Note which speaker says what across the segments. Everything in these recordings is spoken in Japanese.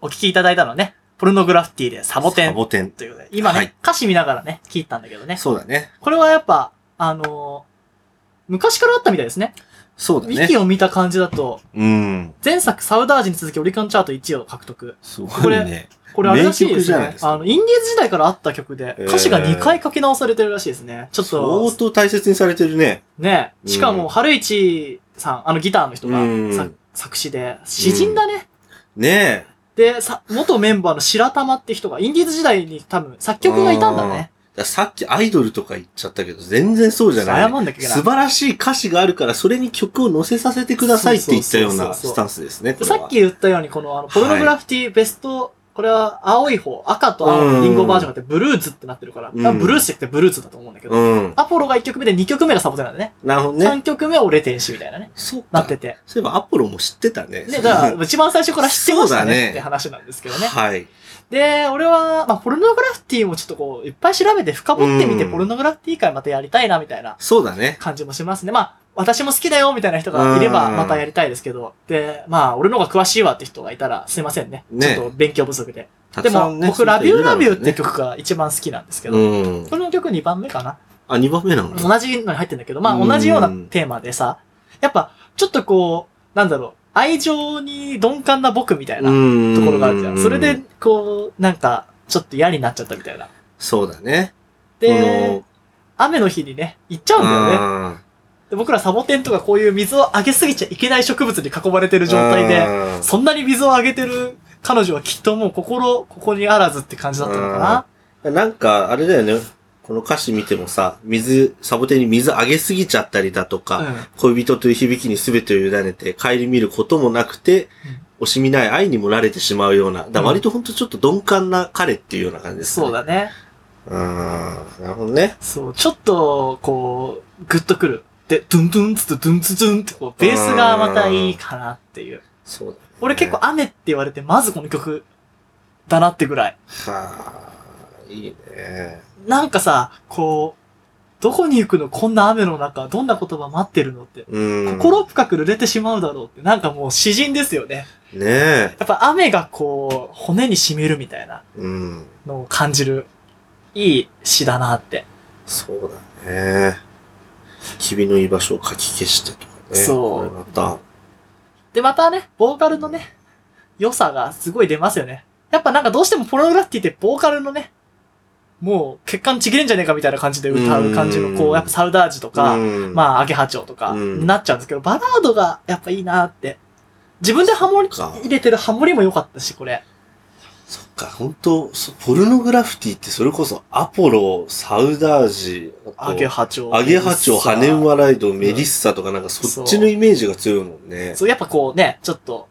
Speaker 1: お聴きいただいたのはね、ポルノグラフィティでサボテ
Speaker 2: サ
Speaker 1: ン
Speaker 2: ボテン。
Speaker 1: ということで、今ね、
Speaker 2: はい
Speaker 1: 歌詞見ながらね、聞いたんだけどね。
Speaker 2: そうだね。
Speaker 1: これはやっぱ、あのー昔からあったみたいですね。
Speaker 2: そうだ
Speaker 1: ウィキ
Speaker 2: ね。
Speaker 1: を見た感じだと、
Speaker 2: うん。
Speaker 1: 前作サウダージに続きオリカンチャート1位を獲得。
Speaker 2: すご
Speaker 1: こ
Speaker 2: い
Speaker 1: れ
Speaker 2: ね。
Speaker 1: これあれらしいで
Speaker 2: 名曲
Speaker 1: す
Speaker 2: じゃない
Speaker 1: ね
Speaker 2: で。すか
Speaker 1: あの、インディーズ時代からあった曲で、歌詞が2回書き直されてるらしいですね。ちょっ
Speaker 2: 相
Speaker 1: と、
Speaker 2: 当大切にされてるね。
Speaker 1: ね、
Speaker 2: うん
Speaker 1: しかも、春市さん、あのギターの人が
Speaker 2: うん
Speaker 1: さ作詞で、詩人だね。
Speaker 2: ね
Speaker 1: で、さ、元メンバーの白玉って人が、インディーズ時代に多分作曲がいたんだね。
Speaker 2: え。さっきアイドルとか言っちゃったけど、全然そうじゃ
Speaker 1: 謝
Speaker 2: ない。
Speaker 1: んだけど
Speaker 2: 素晴らしい歌詞があるから、それに曲を載せさせてくださいって言ったよう
Speaker 1: そうそう
Speaker 2: な
Speaker 1: そうそう
Speaker 2: スタンスですね。こ
Speaker 1: で
Speaker 2: れは
Speaker 1: さっき言ったように、この、あの、ポルノグラフィティベスト、これは青い方、赤と青のリンゴバージョンがあって、ブルーズってなってるから、
Speaker 2: うん
Speaker 1: 多分ブルースってブルーズだと思うんだけど、
Speaker 2: うん。
Speaker 1: アポロが1曲目で2曲目がサボテンなんでね。
Speaker 2: なるほどね。
Speaker 1: 3曲目は俺天使みたいなね。
Speaker 2: そう
Speaker 1: なっ
Speaker 2: か。
Speaker 1: てて。
Speaker 2: そういえばアポロも知ってたね。
Speaker 1: ね、だから、一番最初から知ってました
Speaker 2: そうだ
Speaker 1: ね
Speaker 2: ね
Speaker 1: って話なんですけどね。
Speaker 2: はい。
Speaker 1: で、俺は、まあ、ポルノグラフィティもちょっとこう、いっぱい調べて深掘ってみて、
Speaker 2: うん
Speaker 1: ポルノグラフィティ会またやりたいな、みたいな
Speaker 2: そうだね。
Speaker 1: 感じもしますね。まあ、私も好きだよ、みたいな人がいれば、
Speaker 2: うん
Speaker 1: またやりたいですけど。で、まあ、俺の方が詳しいわって人がいたら、すいませんね。
Speaker 2: ね
Speaker 1: ちょっと勉強不足で。
Speaker 2: た
Speaker 1: で
Speaker 2: くさ
Speaker 1: も、
Speaker 2: んね
Speaker 1: 僕、ラビューラビューって。
Speaker 2: そういう人いるだろ
Speaker 1: 曲が一番好きなんですけ
Speaker 2: う
Speaker 1: ど、
Speaker 2: ねうん。
Speaker 1: この曲2番目かな。
Speaker 2: あ、2番目なのね
Speaker 1: 同じのに入ってんだけど、まあ
Speaker 2: うん
Speaker 1: 同じようなテーマでさ、やっぱちょっとこう、なんだろう、愛情に鈍感な僕みたいなところがあるじゃん。それで、、こう、なんか、ちょっと嫌になっちゃったみたいな。
Speaker 2: そうだね。
Speaker 1: で、雨の日にね、行っちゃ
Speaker 2: こ
Speaker 1: うんだよね。
Speaker 2: の、
Speaker 1: で僕らサボテンとかこういう水をあげすぎちゃいけない植物に囲まれてる状態
Speaker 2: う
Speaker 1: で、
Speaker 2: ん
Speaker 1: そんなに水をあげてる彼女はきっともう心、ここにあらずって感じだったのかな。
Speaker 2: なんか、あれだよね。この歌詞見てもさ、水、サボテンに水あげすぎちゃったりだとか、
Speaker 1: うん
Speaker 2: 恋人という響きに全てを委ねて、帰り見ることもなくて、惜しみない愛にもられてしまうような、だから割とほんとちょっと鈍感な彼っていうような感じですね。
Speaker 1: そう。だね。
Speaker 2: うん。なるほどね。
Speaker 1: そう、ちょっと、こう、グッとくる。で、ドゥンドゥンツとドゥンツドゥンって、こう、ベースがまたいいかなっていう。
Speaker 2: そうだ、ね。
Speaker 1: 俺結構、雨って言われて、まずこの曲だなってぐらい。
Speaker 2: はあ、いいね。
Speaker 1: なんかさ、こう、どこに行くのこんな雨の中、どんな言葉待ってるのって。
Speaker 2: うん。
Speaker 1: 心深く濡れてしまうだろうって、なんかもう詩人ですよね。
Speaker 2: ねえ。
Speaker 1: やっぱ雨がこう、骨に染みるみたいな
Speaker 2: うん。
Speaker 1: のを感じる、いい詩だなって。
Speaker 2: そうだね。君の居場所をかき消してとかね。
Speaker 1: そう
Speaker 2: これまた。
Speaker 1: で、またね、ボーカルのね、良さがすごい出ますよね。やっぱなんかどうしてもポログラフィティってボーカルのね、もう血管ちぎれんじゃねえかみたいな感じで歌う感じ
Speaker 2: う
Speaker 1: の、
Speaker 2: ん
Speaker 1: こう、やっぱサウダージとか、
Speaker 2: うん、あ、
Speaker 1: まあ、アゲハチョウとか、
Speaker 2: うん
Speaker 1: になっちゃうんですけど、バラードがやっぱいいなって。自分でハモリ、
Speaker 2: そっか
Speaker 1: 入れてるハモリも良かったし、これ。
Speaker 2: そっか、本当そポルノグラフィティってそれこそアポロ、サウダージ、あと
Speaker 1: アゲハチョウ。
Speaker 2: アゲハチョウ、ハネンワライド、メリッサとかなんかそっちのイメージが強いもんね。
Speaker 1: そう、やっぱこうね、ちょっと、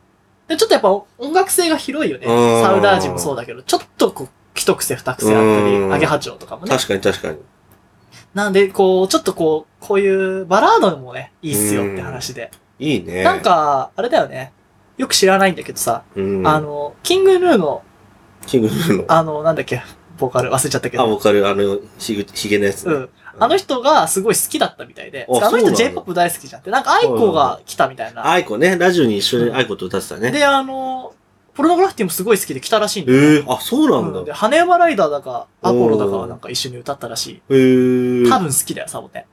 Speaker 1: で、ちょっとやっぱ音楽性が広いよね。
Speaker 2: うん
Speaker 1: サウダージもそうだけど、ちょっとこう、一癖二癖あった
Speaker 2: う
Speaker 1: り、
Speaker 2: ん
Speaker 1: アゲハチョウとかもね。
Speaker 2: 確かに確かに。
Speaker 1: なんで、こう、ちょっとこう、こういうバラードもね、いいっすよって話で。
Speaker 2: いいね。
Speaker 1: なん、か、あれだよね。よく知らないんだけどさ、
Speaker 2: うん、
Speaker 1: あ、の、キングヌーの、
Speaker 2: キングヌーの、
Speaker 1: あの、なんだっけ、ボーカル忘れちゃったけ
Speaker 2: あ、
Speaker 1: ど。
Speaker 2: わかる、あの、ひげひげのやつ、
Speaker 1: う
Speaker 2: ね
Speaker 1: ん。あの人がすごい好きだったみたいで、
Speaker 2: あ
Speaker 1: あの
Speaker 2: そう
Speaker 1: 人
Speaker 2: なんだ
Speaker 1: J-POP 大好きじゃんって、なんかアイコが来たみたいな。
Speaker 2: アイコね、ラジオに一緒にアイコと歌ってたね。
Speaker 1: で、あの、ポルノグラフィティもすごい好きで来たらしいんだよ。
Speaker 2: ええあ、そうなんだ。
Speaker 1: うんで、羽山ライダーだか、アポロだかはなんか一緒に歌ったらし
Speaker 2: へー
Speaker 1: い。多分好きだよ、サボテン。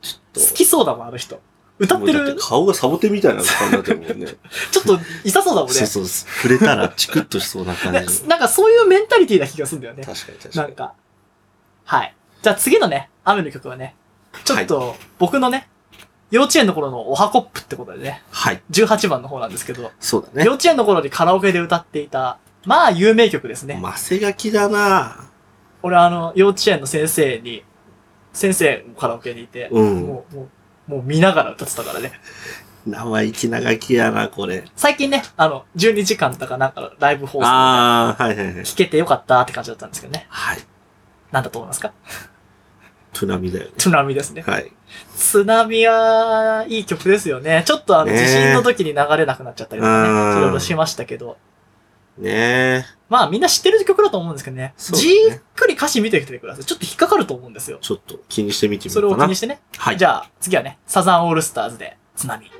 Speaker 2: ちょっと
Speaker 1: 好きそうだもん、あの人。歌って
Speaker 2: もうだ
Speaker 1: る
Speaker 2: って、顔がサボテンみたいな感じになってるも んね。
Speaker 1: ちょっと、いさそうだもんね。
Speaker 2: そうそう、触れたらチクッとしそうな感
Speaker 1: ね
Speaker 2: じ。
Speaker 1: なんかそういうメンタリティーな気がするんだよね。
Speaker 2: 確かに確
Speaker 1: な
Speaker 2: か
Speaker 1: ん
Speaker 2: に。
Speaker 1: か。はい。じゃあ次のね、雨の曲はね、ちょっと僕のね、幼稚園の頃のおはこっぷってことでね、
Speaker 2: はい。
Speaker 1: 18番の方なんですけど、
Speaker 2: そうだ
Speaker 1: 幼
Speaker 2: ね。
Speaker 1: 稚園の頃にカラオケで歌っていた、まあ有名曲ですね。
Speaker 2: マセガキだな
Speaker 1: 俺あの、幼稚園の先生に、先生もカラオケにいて、
Speaker 2: うん
Speaker 1: もう、もう、もう見ながら歌ってたからね。
Speaker 2: 生意気長きやな、これ。
Speaker 1: 最近ね、あの、12時間とかなんかライブ放送で
Speaker 2: ああ、はいはいはい。
Speaker 1: 聴けてよかったって感じだったんですけどね。
Speaker 2: はい。
Speaker 1: なんだと思いますか
Speaker 2: トゥナミだよね。
Speaker 1: 津波ですね。
Speaker 2: はい。
Speaker 1: 津波は、いい曲ですよね。ちょっとあの、
Speaker 2: ねえ
Speaker 1: 地震の時に流れなくなっちゃったりとかね、
Speaker 2: うん
Speaker 1: いろいろしましたけど。
Speaker 2: ねえ。
Speaker 1: まあみんな知ってる曲だと思うんですけどね。
Speaker 2: そう
Speaker 1: じ
Speaker 2: ですね
Speaker 1: っくり歌詞見てきてください。ちょっと引っかかると思うんですよ。
Speaker 2: ちょっと気にしてみてみ
Speaker 1: それを
Speaker 2: よう
Speaker 1: 気
Speaker 2: かな
Speaker 1: にし。てね。
Speaker 2: はい。
Speaker 1: じゃあ、次はね、サザンオールスターズで津波。